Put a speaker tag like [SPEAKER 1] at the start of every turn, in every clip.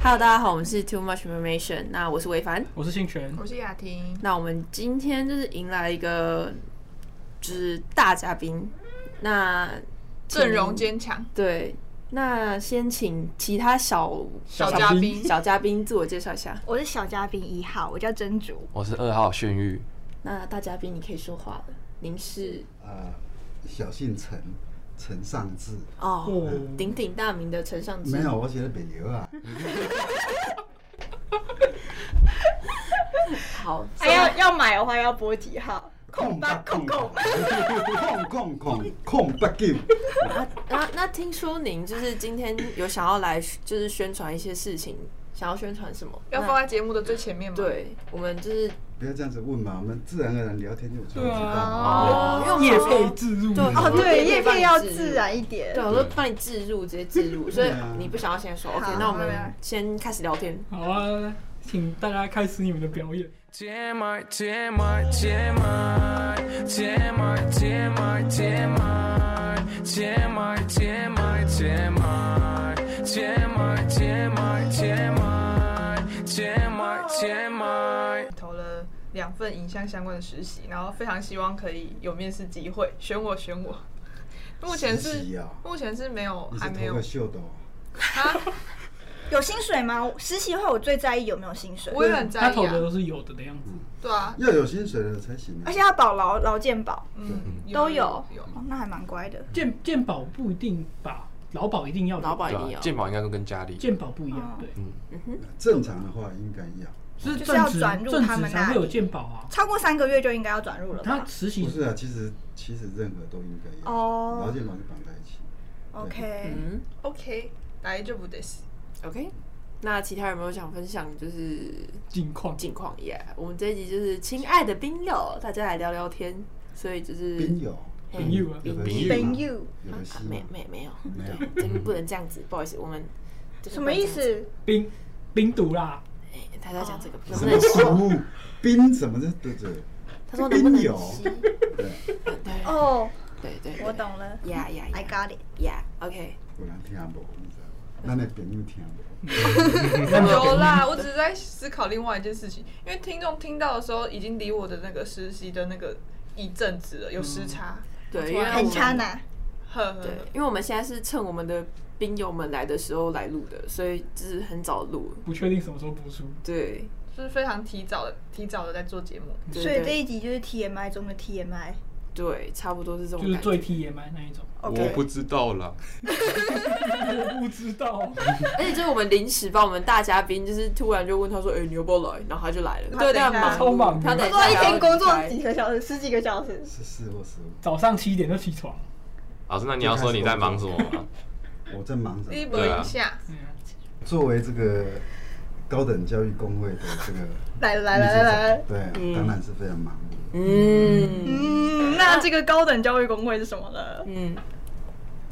[SPEAKER 1] Hello，大家好，我们是 Too Much Information，那我是韦凡，
[SPEAKER 2] 我是信全，
[SPEAKER 3] 我是雅婷，
[SPEAKER 1] 那我们今天就是迎来一个就是大嘉宾，那
[SPEAKER 3] 阵容坚强，
[SPEAKER 1] 对，那先请其他小
[SPEAKER 2] 小
[SPEAKER 3] 嘉
[SPEAKER 2] 嘉
[SPEAKER 3] 宾，
[SPEAKER 1] 小嘉宾自我介绍一下。
[SPEAKER 4] 我是小嘉宾一号，我叫珍珠。
[SPEAKER 5] 我哦是二号炫玉，
[SPEAKER 1] 那大嘉宾你可以说话了，您是
[SPEAKER 6] 呃，小姓陈，陈尚志。
[SPEAKER 1] 哦
[SPEAKER 2] 哦
[SPEAKER 1] 鼎鼎大名的陈尚志，
[SPEAKER 6] 没有，我写的北流啊，
[SPEAKER 1] 好，
[SPEAKER 4] 哎要要买的话要拨几号？
[SPEAKER 6] 空八空空，空空空空八九，
[SPEAKER 1] 那那那听说您就是今天有想要来就是宣传一些事情，想要宣传什么？
[SPEAKER 3] 要
[SPEAKER 1] 那
[SPEAKER 3] 放在节目的最前面吗？，
[SPEAKER 1] 对，我们就是
[SPEAKER 6] 不要这样子问嘛，我们自然而然聊天就知
[SPEAKER 2] 对啊
[SPEAKER 6] 道。
[SPEAKER 1] 哦，因为我们
[SPEAKER 2] 叶
[SPEAKER 1] 想说
[SPEAKER 2] 配置入，
[SPEAKER 1] 对
[SPEAKER 4] 哦，对，
[SPEAKER 1] 叶
[SPEAKER 4] 叶
[SPEAKER 1] 片
[SPEAKER 4] 片
[SPEAKER 1] 要
[SPEAKER 4] 要
[SPEAKER 1] 自
[SPEAKER 4] 自
[SPEAKER 1] 然
[SPEAKER 4] 然一点
[SPEAKER 1] 对，。我都帮你置入，直接置 入，所以
[SPEAKER 6] 啊
[SPEAKER 1] 你不想要先说，OK？
[SPEAKER 4] 好
[SPEAKER 1] 那我们
[SPEAKER 3] 来来
[SPEAKER 1] 先开始聊天。
[SPEAKER 2] 好啊，请大家开始你们的表演。
[SPEAKER 7] TMI, TMI, TMI, TMI, TMI, TMI, TMI, TMI, TMI, TMI, TMI, TMI, TMI, TMI.
[SPEAKER 3] 投了两份影像相关的实习，然后非常希望可以有面试机会，选我选我。目前
[SPEAKER 6] 实习
[SPEAKER 3] 是
[SPEAKER 6] 啊
[SPEAKER 3] 目前是没有，
[SPEAKER 6] 你
[SPEAKER 3] 还
[SPEAKER 6] 是
[SPEAKER 3] 没有
[SPEAKER 6] 头个。秀的哦，
[SPEAKER 4] 有薪水吗？实习的话，我最在意有没有薪水，
[SPEAKER 3] 我也很
[SPEAKER 2] 他
[SPEAKER 3] 在
[SPEAKER 2] 投
[SPEAKER 3] 意
[SPEAKER 2] 的都
[SPEAKER 3] 啊，
[SPEAKER 2] 是有的的样子，
[SPEAKER 3] 对啊，
[SPEAKER 6] 要有薪水了才行啊
[SPEAKER 4] 而。且要保劳劳健保，
[SPEAKER 3] 嗯，
[SPEAKER 4] 都有
[SPEAKER 3] 有。
[SPEAKER 4] 哦那还蛮乖的。
[SPEAKER 2] 健健保不一定吧，劳保一定要有，
[SPEAKER 1] 老板
[SPEAKER 5] 对
[SPEAKER 1] 一定要
[SPEAKER 5] 吧？健保应该都跟家里，
[SPEAKER 2] 健保不一样，
[SPEAKER 4] 哦
[SPEAKER 2] 对，
[SPEAKER 6] 正常的话应该要，
[SPEAKER 2] 就是
[SPEAKER 4] 就是
[SPEAKER 2] 正
[SPEAKER 4] 要
[SPEAKER 2] 职
[SPEAKER 4] 转入
[SPEAKER 2] 正
[SPEAKER 4] 他
[SPEAKER 2] 职
[SPEAKER 4] 们
[SPEAKER 2] 才
[SPEAKER 4] 那
[SPEAKER 2] 会有
[SPEAKER 4] 里
[SPEAKER 2] 健保啊。
[SPEAKER 4] 超过三个月就应该要转入了
[SPEAKER 2] 他
[SPEAKER 4] 吧
[SPEAKER 2] 实习
[SPEAKER 6] 不是啊，其实其实任何都应该要，
[SPEAKER 4] 哦
[SPEAKER 6] 劳健保就绑在一起。
[SPEAKER 4] ？OK，
[SPEAKER 1] 嗯
[SPEAKER 3] OK，来就不得行。
[SPEAKER 1] ，OK。那其他有没有想分享就是
[SPEAKER 2] 近况，
[SPEAKER 1] 近况耶？我们这一集就是亲爱的宾友，大家来聊聊天，所以就是
[SPEAKER 6] 宾友，
[SPEAKER 1] 嘿
[SPEAKER 2] 朋友啊，
[SPEAKER 6] 有的
[SPEAKER 5] 宾
[SPEAKER 6] 西
[SPEAKER 5] 友
[SPEAKER 6] 吗
[SPEAKER 4] 朋友
[SPEAKER 6] 有的
[SPEAKER 1] 啊
[SPEAKER 6] 西
[SPEAKER 1] 没
[SPEAKER 6] 吗，
[SPEAKER 1] 没没有，
[SPEAKER 6] 没有
[SPEAKER 1] 对，这个不能这样子，不好意思，我们这个
[SPEAKER 4] 什
[SPEAKER 1] 不
[SPEAKER 4] 么
[SPEAKER 1] 能这
[SPEAKER 4] 意
[SPEAKER 1] 样子？
[SPEAKER 4] 思？
[SPEAKER 2] 冰冰毒啦，
[SPEAKER 1] 哎他在讲这个，能
[SPEAKER 6] 什
[SPEAKER 1] 不
[SPEAKER 6] 么
[SPEAKER 1] 能吸？
[SPEAKER 6] 食物，冰什么的，对不对？
[SPEAKER 1] 他说能不能
[SPEAKER 6] 宾友
[SPEAKER 1] 吸？
[SPEAKER 6] 对，
[SPEAKER 1] 对对
[SPEAKER 4] 哦，
[SPEAKER 1] 对对，
[SPEAKER 4] 我懂了
[SPEAKER 1] 呀呀
[SPEAKER 4] ，I
[SPEAKER 1] 呀
[SPEAKER 4] got it。
[SPEAKER 1] 呀，OK，
[SPEAKER 6] 果然听不懂，你知道吗？咱的朋友听不懂。
[SPEAKER 3] 有啦，我只是在思考另外一件事情，因为听众听到的时候已经离我的那个实习的那个一阵子了，有时差。
[SPEAKER 1] 对，因为我
[SPEAKER 4] 很
[SPEAKER 1] 们
[SPEAKER 4] 差呢，
[SPEAKER 3] 呵
[SPEAKER 2] 嗯
[SPEAKER 3] 呵呵
[SPEAKER 1] 对，因为我们现在是趁我们的兵友们来的时候来录的，所以就是很早录。
[SPEAKER 2] 不确定什么时候播出，
[SPEAKER 1] 对，
[SPEAKER 3] 就是非常提早的、提早的在做节目。
[SPEAKER 6] 嗯
[SPEAKER 1] 对
[SPEAKER 4] 所以这
[SPEAKER 1] 对
[SPEAKER 4] 一集就是 TMI 中的 TMI。
[SPEAKER 1] 对，差不多是这种
[SPEAKER 2] 就是
[SPEAKER 1] 感觉。
[SPEAKER 2] 最 T 野蛮那 一种，
[SPEAKER 5] 我
[SPEAKER 4] OK，
[SPEAKER 5] 不知道啦，
[SPEAKER 2] 我不知道，
[SPEAKER 1] 而且就是我们临时把我们大嘉宾，就是突然就问他说：“哎、你要不要来？”然后他就来了。
[SPEAKER 3] 他
[SPEAKER 1] 对，
[SPEAKER 3] 等一下
[SPEAKER 1] 但忙
[SPEAKER 2] 超忙
[SPEAKER 1] 他等
[SPEAKER 4] 他
[SPEAKER 1] 一
[SPEAKER 4] 说
[SPEAKER 1] 下
[SPEAKER 4] 一天工作
[SPEAKER 1] 还要离
[SPEAKER 4] 几
[SPEAKER 1] 开
[SPEAKER 4] 个小时，十几个小时。
[SPEAKER 6] 是四或十五，
[SPEAKER 2] 早上七点就起床，
[SPEAKER 5] 老师，那你要说你在忙什么吗？
[SPEAKER 6] 我在忙什么？
[SPEAKER 3] 一波一下，
[SPEAKER 2] 嗯
[SPEAKER 1] 啊
[SPEAKER 6] 作为这个高等教育工会的这个
[SPEAKER 4] 来了 来了来了来嗯了，
[SPEAKER 6] 对，当然是非常忙碌。
[SPEAKER 1] 嗯
[SPEAKER 4] 嗯，那这个高等教育工会是什么呢？
[SPEAKER 1] 嗯，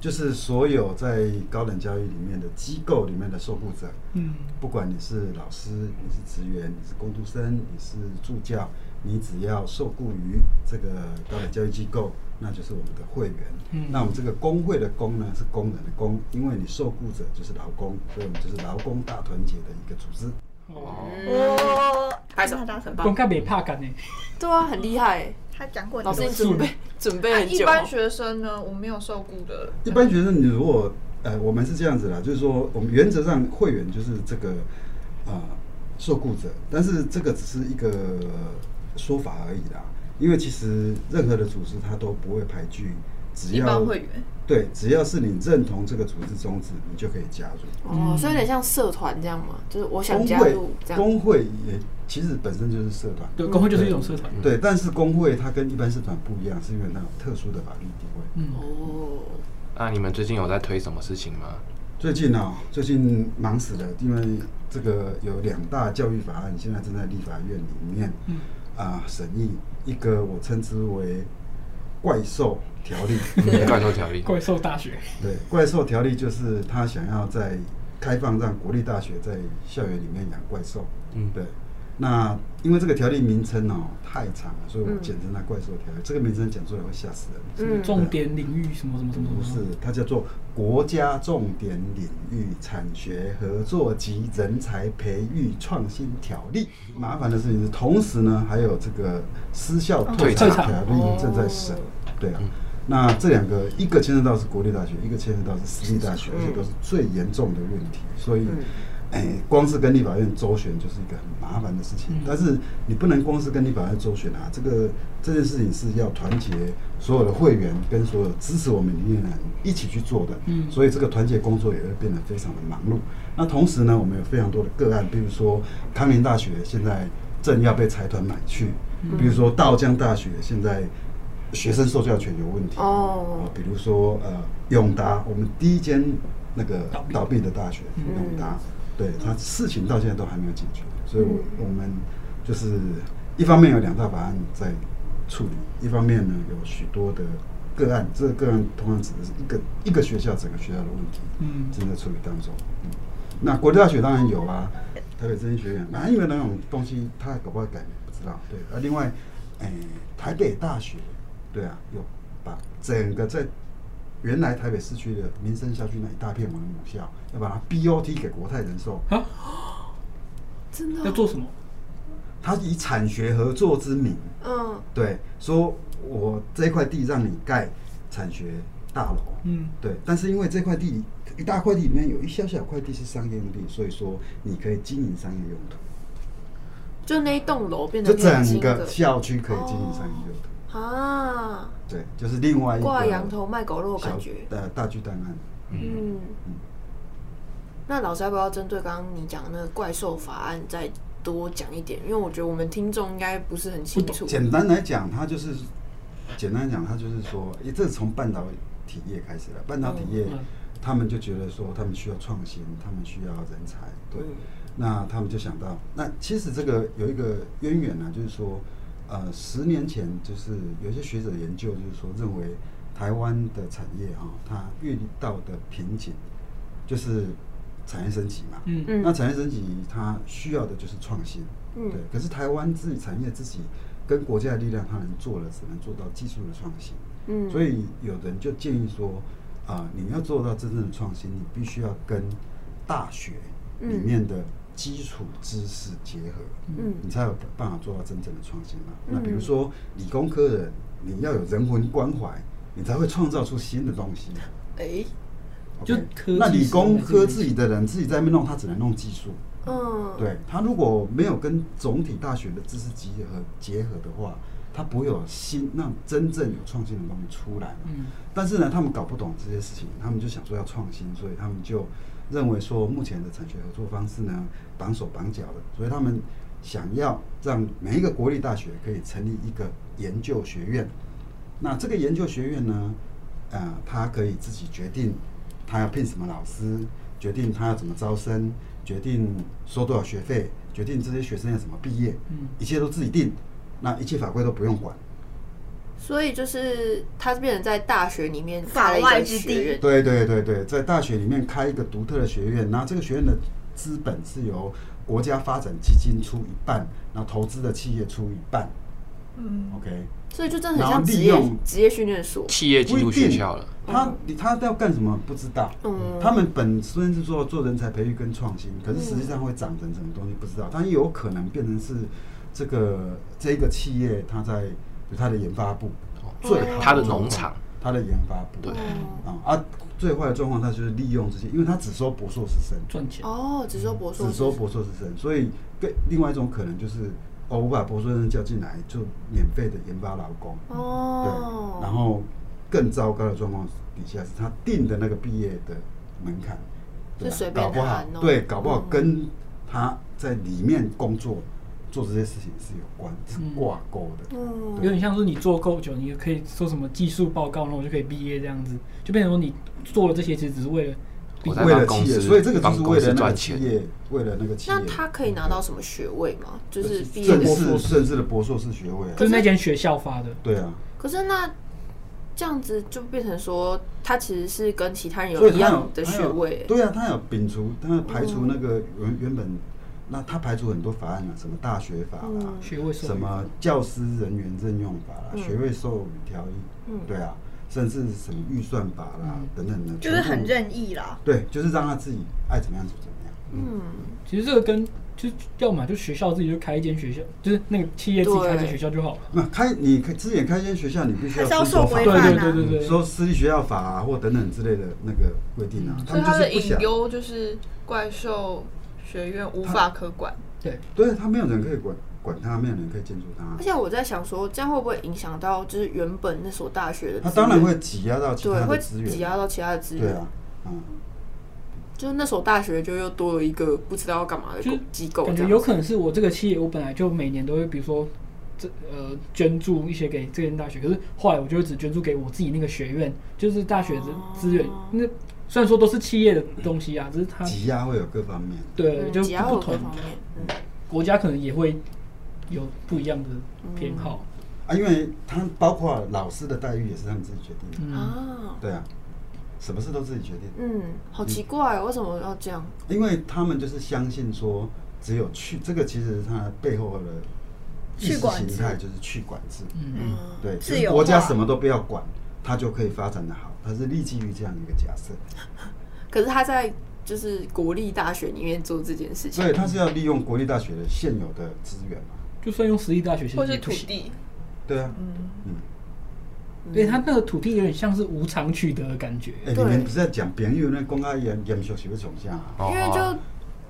[SPEAKER 6] 就是所有在高等教育里面的机构里面的受雇者，
[SPEAKER 2] 嗯，
[SPEAKER 6] 不管你是老师，你是职员，你是工读生，你是助教，你只要受雇于这个高等教育机构，那就是我们的会员。
[SPEAKER 2] 嗯
[SPEAKER 6] 那我们这个工会的工呢，是工人的工，因为你受雇者就是劳工，所以我们就是劳工大团结的一个组织。
[SPEAKER 2] 哦，
[SPEAKER 4] 我
[SPEAKER 1] 嗯拍手，
[SPEAKER 4] 那他
[SPEAKER 1] 很
[SPEAKER 2] 公
[SPEAKER 1] 棒。
[SPEAKER 2] 开没怕干呢，欸
[SPEAKER 1] 对啊，很厉害、
[SPEAKER 4] 他讲过，
[SPEAKER 1] 老师，你
[SPEAKER 2] 是
[SPEAKER 1] 准备准
[SPEAKER 4] 啊
[SPEAKER 1] 备
[SPEAKER 3] 那
[SPEAKER 1] 很
[SPEAKER 3] 啊一
[SPEAKER 1] 久。
[SPEAKER 3] 般学生呢，我没有受雇的，
[SPEAKER 6] 一般学生，你如果呃，我们是这样子啦，就是说，我们原则上会员就是这个呃受雇者，但是这个只是一个说法而已啦。因为其实任何的组织它都不会排拒，只
[SPEAKER 3] 一般
[SPEAKER 6] 要
[SPEAKER 3] 会员。
[SPEAKER 6] 对，只要是你认同这个组织宗旨，你就可以加入。
[SPEAKER 1] 哦，所以有点像社团这样嘛，就是我想
[SPEAKER 6] 工
[SPEAKER 1] 加
[SPEAKER 6] 会
[SPEAKER 1] 入这样。
[SPEAKER 6] 工会也其实本身就是社团，
[SPEAKER 2] 对，工会就是一种社团，
[SPEAKER 6] 对，但是工会它跟一般社团不一样，是因为它有特殊的法律地位。
[SPEAKER 2] 嗯，
[SPEAKER 1] 哦，
[SPEAKER 5] 那你们最近有在推什么事情吗？
[SPEAKER 6] 最近啊、最近忙死了，因为这个有两大教育法案，现在正在立法院里面
[SPEAKER 2] 嗯
[SPEAKER 6] 啊、审议。一个我称之为怪兽条例，
[SPEAKER 5] 怪兽条例，
[SPEAKER 2] 怪兽大学，
[SPEAKER 6] 对，怪兽条例就是他想要在开放让国立大学在校园里面养怪兽，
[SPEAKER 5] 嗯
[SPEAKER 6] 对。那因为这个条例名称哦太长了，所以我简称它怪兽条例。这个名称讲出来会吓死人。
[SPEAKER 1] 嗯
[SPEAKER 2] 重点领域什么什么什么？
[SPEAKER 6] 不是，它叫做国家重点领域产学合作及人才培育创新条例。麻烦的事情是，同时呢，还有这个私校退场
[SPEAKER 2] 哦退
[SPEAKER 6] 条
[SPEAKER 2] 场哦
[SPEAKER 6] 例正在审。对啊，那这两个一个牵涉到是国立大学，一个牵涉到是私立大
[SPEAKER 2] 哦
[SPEAKER 6] 学，而且都是最严重的问题，所以。
[SPEAKER 1] 嗯
[SPEAKER 6] 哎，光是跟立法院周旋就是一个很麻烦的事情，但是你不能光是跟立法院周旋啊！这个这件事情是要团结所有的会员跟所有支持我们理念的人一起去做的，
[SPEAKER 2] 嗯
[SPEAKER 6] 所以这个团结工作也会变得非常的忙碌。那同时呢，我们有非常多的个案，比如说康宁大学现在正要被财团买去，比如说道江大学现在学生受教权有问题，
[SPEAKER 1] 哦
[SPEAKER 6] 啊，比如说呃，永达，我们第一间那个
[SPEAKER 2] 倒闭嗯
[SPEAKER 6] 倒闭的大学，永达，对它事情到现在都还没有解决，所以我
[SPEAKER 2] 嗯
[SPEAKER 6] 我们就是一方面有两大法案在处理，一方面呢有许多的个案，这个个案通常指的是一个一个学校整个学校的问题，
[SPEAKER 2] 嗯
[SPEAKER 6] 正在处理当中。嗯那国立大学当然有啦，台北政经学院，那因为那种东西它搞不好改不知道。对，啊，另外，哎、台北大学，对啊，有把整个在原来台北市区的民生校区那一大片我们的母校，要把它 BOT 给国泰人寿，
[SPEAKER 2] 啊，
[SPEAKER 1] 真的
[SPEAKER 2] 要
[SPEAKER 1] 哦，
[SPEAKER 2] 做什么？
[SPEAKER 6] 它以产学合作之名，
[SPEAKER 1] 嗯，
[SPEAKER 6] 对，说我这块地让你盖产学大楼，
[SPEAKER 2] 嗯
[SPEAKER 6] 对，但是因为这块地一大块地里面有一小小块地是商业用地，所以说你可以经营商业用途，
[SPEAKER 1] 就那一栋楼变
[SPEAKER 6] 就
[SPEAKER 1] 得变
[SPEAKER 6] 整
[SPEAKER 1] 金
[SPEAKER 6] 个
[SPEAKER 1] 的
[SPEAKER 6] 校区可以经营商业用途。
[SPEAKER 1] 啊，
[SPEAKER 6] 对，就是另外一个
[SPEAKER 1] 挂羊头卖狗肉的
[SPEAKER 6] 小
[SPEAKER 1] 感觉，
[SPEAKER 6] 呃，大巨蛋案。
[SPEAKER 1] 嗯。那老师要不要针对刚刚你讲的那个怪兽法案再多讲一点？因为我觉得我们听众应该不是很清楚。
[SPEAKER 6] 简单来讲，它就是简单讲，它就是说，诶这是从半导体业开始的。半导体业，
[SPEAKER 2] 嗯
[SPEAKER 6] 他们就觉得说，他们需要创新，他们需要人才，对。那他们就想到，那其实这个有一个渊源呢、就是说，呃，十年前就是有一些学者研究，就是说认为台湾的产业哈、它遇到的瓶颈就是产业升级嘛，
[SPEAKER 2] 嗯
[SPEAKER 1] 嗯
[SPEAKER 6] 那产业升级它需要的就是创新，
[SPEAKER 1] 嗯
[SPEAKER 6] 对。可是台湾自己产业自己跟国家的力量，它能做的只能做到技术的创新，
[SPEAKER 1] 嗯
[SPEAKER 6] 所以有人就建议说，啊、你要做到真正的创新，你必须要跟大学里面的基础知识结合，
[SPEAKER 1] 嗯
[SPEAKER 6] 你才有办法做到真正的创新嘛。
[SPEAKER 1] 嗯
[SPEAKER 6] 那比如说理工科的人，你要有人文关怀，你才会创造出新的东西。
[SPEAKER 1] 哎，
[SPEAKER 2] 就
[SPEAKER 6] OK，
[SPEAKER 2] 科技
[SPEAKER 6] 那理
[SPEAKER 2] 是
[SPEAKER 6] 工
[SPEAKER 2] 还是
[SPEAKER 6] 科
[SPEAKER 2] 没
[SPEAKER 6] 自己的人自己在那边弄，他只能弄技术。
[SPEAKER 1] 嗯，
[SPEAKER 6] 对他如果没有跟总体大学的知识集合结合的话，他不会有新让真正有创新的东西出来嘛。
[SPEAKER 2] 嗯
[SPEAKER 6] 但是呢，他们搞不懂这些事情，他们就想说要创新，所以他们就认为说目前的产学合作方式呢绑手绑脚的，所以他们想要让每一个国立大学可以成立一个研究学院。那这个研究学院呢，呃，他可以自己决定他要聘什么老师，决定他要怎么招生，决定收多少学费，决定这些学生要怎么毕业，
[SPEAKER 2] 嗯
[SPEAKER 6] 一切都自己定，那一切法规都不用管。
[SPEAKER 1] 所以就是他变成在大学里面开了一
[SPEAKER 4] 法外
[SPEAKER 1] 个
[SPEAKER 4] 之地
[SPEAKER 1] 学院，
[SPEAKER 6] 对对对对，在大学里面开一个独特的学院，然后这个学院的资本是由国家发展基金出一半，然后投资的企业出一半。
[SPEAKER 3] 嗯，
[SPEAKER 6] OK，
[SPEAKER 1] 所以就真的
[SPEAKER 6] 然
[SPEAKER 1] 很像
[SPEAKER 6] 后
[SPEAKER 1] 职
[SPEAKER 6] 利
[SPEAKER 1] 业
[SPEAKER 6] 用
[SPEAKER 1] 职业训练所。
[SPEAKER 5] 企业进入学校了，
[SPEAKER 6] 他他要干什么不知道，
[SPEAKER 1] 嗯
[SPEAKER 6] 他们本身是做做人才培育跟创新，可是实际上会长成什么东西不知道，但也有可能变成是这个这个企业它在比如它的研发部最好
[SPEAKER 5] 它的
[SPEAKER 6] 状
[SPEAKER 5] 农
[SPEAKER 6] 况
[SPEAKER 5] 场，
[SPEAKER 6] 它的研发部
[SPEAKER 5] 对
[SPEAKER 6] 啊啊最坏的状况，它就是利用这些，因为它只收博硕士生，
[SPEAKER 2] 赚钱
[SPEAKER 1] 哦，只收博硕，
[SPEAKER 6] 只收博硕士生，所以跟另外一种可能就是，哦，我把博硕生叫进来，就免费的研发劳工，
[SPEAKER 1] 哦，
[SPEAKER 6] 对，然后更糟糕的状况底下是他定的那个毕业的门槛，对
[SPEAKER 1] 就
[SPEAKER 6] 啊
[SPEAKER 1] 随，便
[SPEAKER 6] 搞不好
[SPEAKER 1] 谈哦，
[SPEAKER 6] 对，搞不好
[SPEAKER 1] 嗯
[SPEAKER 6] 跟他在里面工作做这些事情是有关，是
[SPEAKER 2] 嗯
[SPEAKER 6] 挂钩的，
[SPEAKER 1] 嗯
[SPEAKER 2] 有点像是你做够久，你也可以说什么技术报告，然后我就可以毕业这样子，就变成说你做了这些，其实只是为了毕
[SPEAKER 5] 我
[SPEAKER 2] 业
[SPEAKER 5] 在。
[SPEAKER 6] 为了
[SPEAKER 5] 帮公
[SPEAKER 6] 企业，
[SPEAKER 5] 司，
[SPEAKER 6] 所以这个就
[SPEAKER 5] 帮
[SPEAKER 6] 是
[SPEAKER 5] 公
[SPEAKER 6] 为了
[SPEAKER 5] 司
[SPEAKER 6] 那个
[SPEAKER 5] 赚
[SPEAKER 6] 企
[SPEAKER 5] 钱。
[SPEAKER 6] 业，为了那个企业，
[SPEAKER 1] 那他可以拿到什么学位吗？就是毕业
[SPEAKER 6] 正
[SPEAKER 1] 的，
[SPEAKER 6] 式正式的博硕士学位啊，
[SPEAKER 2] 就是那间学校发的，
[SPEAKER 6] 对啊。
[SPEAKER 1] 可是那这样子就变成说，他其实是跟其他人
[SPEAKER 6] 所
[SPEAKER 1] 有
[SPEAKER 6] 以
[SPEAKER 1] 一
[SPEAKER 6] 他有
[SPEAKER 1] 样的学位，
[SPEAKER 6] 对啊，他有摒除，他排除那个原原本那它排除很多法案啊，什么大学法啦、
[SPEAKER 1] 嗯
[SPEAKER 2] 学位授予
[SPEAKER 6] 什么教师人员任用法啦、学位授予条例，
[SPEAKER 1] 嗯
[SPEAKER 6] 对啊，甚至什么预算法啦、等等的，
[SPEAKER 4] 就是很
[SPEAKER 6] 全部，
[SPEAKER 4] 任意啦。
[SPEAKER 6] 对，就是让他自己爱怎么样就怎么样。
[SPEAKER 1] 嗯，
[SPEAKER 2] 其实这个跟就要么就学校自己就开一间学校，就是那个企业自己开一间学校就好了。
[SPEAKER 6] 那开你开之前开一间学校，你必须
[SPEAKER 4] 还是要
[SPEAKER 6] 遵守
[SPEAKER 4] 受
[SPEAKER 6] 法
[SPEAKER 4] 规
[SPEAKER 2] 对
[SPEAKER 4] 范
[SPEAKER 2] 对对
[SPEAKER 4] 啊
[SPEAKER 2] 对对，
[SPEAKER 6] 说私立学校法、啊、或等等之类的那个规定啊，他
[SPEAKER 3] 所以
[SPEAKER 6] 们
[SPEAKER 3] 他
[SPEAKER 6] 就是
[SPEAKER 3] 的
[SPEAKER 6] 不
[SPEAKER 3] 隐
[SPEAKER 6] 想，
[SPEAKER 3] 忧就是怪兽学院无法可管，
[SPEAKER 6] 对他没有人可以管管他，没有人可以监督他
[SPEAKER 1] 而，且我在想说，这样会不会影响到就是原本那所大学的资
[SPEAKER 6] 他
[SPEAKER 1] 源？
[SPEAKER 6] 当然会挤压到其
[SPEAKER 1] 对，
[SPEAKER 6] 他
[SPEAKER 1] 会
[SPEAKER 6] 的资源，
[SPEAKER 1] 挤压到其他的资源。
[SPEAKER 6] 对啊，嗯，
[SPEAKER 1] 就是那所大学就又多了一个不知道要干嘛的
[SPEAKER 2] 就是
[SPEAKER 1] 机构，
[SPEAKER 2] 感
[SPEAKER 1] 这
[SPEAKER 2] 觉
[SPEAKER 1] 样
[SPEAKER 2] 有
[SPEAKER 1] 子
[SPEAKER 2] 可能是我这个企业，我本来就每年都会，比如说这呃捐助一些给这间大学，可是后来我就会只捐助给我自己那个学院，就是大学的资源。那虽然说都是企业的东西啊，只是它
[SPEAKER 6] 挤压会有各方面。
[SPEAKER 2] 对
[SPEAKER 1] 嗯
[SPEAKER 2] 就
[SPEAKER 1] 挤压有
[SPEAKER 2] 不
[SPEAKER 1] 各
[SPEAKER 2] 不同
[SPEAKER 1] 方面，嗯，
[SPEAKER 2] 国家可能也会有不一样的偏好。
[SPEAKER 6] 啊，因为他包括老师的待遇也是他们自己决定
[SPEAKER 2] 嗯，
[SPEAKER 6] 的，
[SPEAKER 1] 啊，
[SPEAKER 6] 对啊，什么事都自己决定，
[SPEAKER 1] 嗯，好奇怪哦，为什么要这样？
[SPEAKER 6] 因为他们就是相信说，只有去这个其实它背后的意识
[SPEAKER 4] 去管
[SPEAKER 6] 形态就是去管制，
[SPEAKER 2] 嗯
[SPEAKER 6] 对，
[SPEAKER 4] 自
[SPEAKER 6] 就是
[SPEAKER 4] 由
[SPEAKER 6] 国家
[SPEAKER 4] 化
[SPEAKER 6] 什么都不要管，它就可以发展的好，它是立基于这样一个假设，
[SPEAKER 1] 可是他在就是国立大学里面做这件事情
[SPEAKER 6] 所以，它是要利用国立大学的现有的资源嘛，
[SPEAKER 2] 就算用私立大学，其
[SPEAKER 3] 或
[SPEAKER 2] 实
[SPEAKER 3] 是
[SPEAKER 2] 也
[SPEAKER 3] 土
[SPEAKER 2] 不行。
[SPEAKER 3] 地，
[SPEAKER 6] 对啊，
[SPEAKER 1] 嗯
[SPEAKER 2] 对它那个土地有点像是无偿取得的感觉。
[SPEAKER 6] 哎、你
[SPEAKER 1] 对
[SPEAKER 6] 们不是在讲朋友那公开严严肃是不是从下
[SPEAKER 5] 哦
[SPEAKER 6] 啊？
[SPEAKER 1] 因为就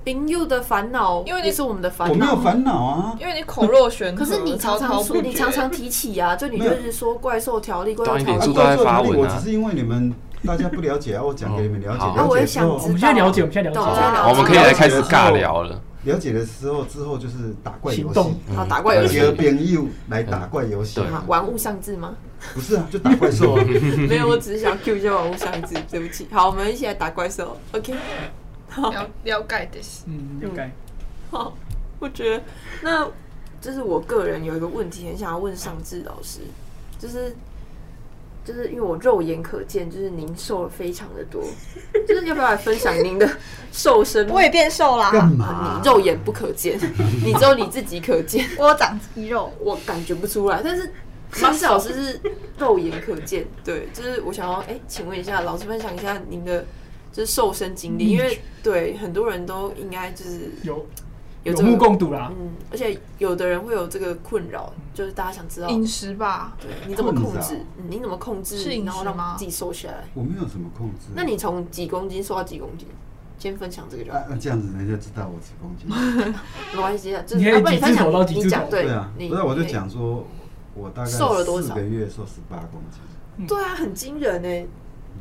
[SPEAKER 1] 丙友的烦恼，
[SPEAKER 3] 因为你
[SPEAKER 1] 也是我们的
[SPEAKER 6] 我
[SPEAKER 1] 烦
[SPEAKER 6] 没有
[SPEAKER 1] 恼。
[SPEAKER 6] 烦恼啊，
[SPEAKER 3] 因为你口若悬河，
[SPEAKER 1] 可是你常
[SPEAKER 3] 滔
[SPEAKER 1] 常
[SPEAKER 3] 滔
[SPEAKER 1] 说，
[SPEAKER 3] 不
[SPEAKER 1] 你
[SPEAKER 3] 绝
[SPEAKER 1] 常常提起啊，就你
[SPEAKER 6] 没有
[SPEAKER 1] 就是说怪兽条例，怪兽
[SPEAKER 5] 当一点
[SPEAKER 1] 条
[SPEAKER 5] 速
[SPEAKER 1] 例
[SPEAKER 5] 度，都在发文啊
[SPEAKER 6] 我只是因为你们大家不了解 啊，我讲给你们了
[SPEAKER 5] 哦
[SPEAKER 6] 解，
[SPEAKER 5] 好
[SPEAKER 1] 啊，
[SPEAKER 6] 了
[SPEAKER 1] 我也
[SPEAKER 6] 解之
[SPEAKER 1] 想
[SPEAKER 6] 后
[SPEAKER 1] 知道。
[SPEAKER 2] 我们现在了解我们现在了解
[SPEAKER 1] 对我
[SPEAKER 5] 好
[SPEAKER 1] 了解
[SPEAKER 5] 哦我们可以来开始尬聊了。
[SPEAKER 6] 了解的时候，之后就是打怪游
[SPEAKER 2] 行
[SPEAKER 6] 戏
[SPEAKER 2] 动，
[SPEAKER 1] 好打怪游戏
[SPEAKER 6] 约朋友来打怪游戏
[SPEAKER 5] 嗯，对
[SPEAKER 1] 好玩物丧志吗？
[SPEAKER 6] 不是啊，就打 怪兽啊。
[SPEAKER 1] 没有，我只是想 Q 一下玩物丧志，对不起。好，我们一起来打怪兽，OK。
[SPEAKER 3] 了了解的 是，
[SPEAKER 2] 嗯，应该。
[SPEAKER 1] 好，我觉得那就是我个人有一个问题，很想要问尚志老师，就是就是因为我肉眼可见，就是您瘦了非常的多，就是要不要来分享您的瘦 身？
[SPEAKER 4] 我也变瘦啦，
[SPEAKER 6] 干
[SPEAKER 1] 啊
[SPEAKER 6] 嘛
[SPEAKER 1] 你？肉眼不可见，你只有你自己可见，
[SPEAKER 4] 我长肌肉。
[SPEAKER 1] 我感觉不出来。 但是尚志老师是肉眼可见，对，就是我想要哎、请问一下老师分享一下您的。就是瘦身经历，因为对很多人都应该就是
[SPEAKER 2] 有
[SPEAKER 1] 有
[SPEAKER 2] 有
[SPEAKER 1] 这个
[SPEAKER 2] 目共睹啦。
[SPEAKER 1] 嗯，而且有的人会有这个困扰，就是大家想知道
[SPEAKER 3] 饮食吧，
[SPEAKER 1] 你怎么控
[SPEAKER 6] 困扰
[SPEAKER 1] 制，嗯你怎么控制，
[SPEAKER 3] 是饮食
[SPEAKER 1] 然后让
[SPEAKER 3] 吗
[SPEAKER 1] 自己瘦下来。
[SPEAKER 6] 我没有什么控制。
[SPEAKER 1] 那你从几公斤瘦到几公斤？先分享这个就好，
[SPEAKER 2] 呃
[SPEAKER 6] 啊，那这样子人家知道我几公斤？
[SPEAKER 1] 没关系啊，就
[SPEAKER 2] 你
[SPEAKER 1] 是
[SPEAKER 2] 可以
[SPEAKER 1] 要不然你分
[SPEAKER 2] 几只手
[SPEAKER 1] 享
[SPEAKER 2] 到
[SPEAKER 1] 你，
[SPEAKER 2] 几
[SPEAKER 1] 你
[SPEAKER 2] 只
[SPEAKER 1] 讲
[SPEAKER 2] 手
[SPEAKER 1] 对
[SPEAKER 6] 啊，
[SPEAKER 1] 你
[SPEAKER 6] 不是我就，讲说，我大概
[SPEAKER 1] 瘦了多少
[SPEAKER 6] 四个月瘦十八公斤，
[SPEAKER 1] 你对啊，很惊人哎，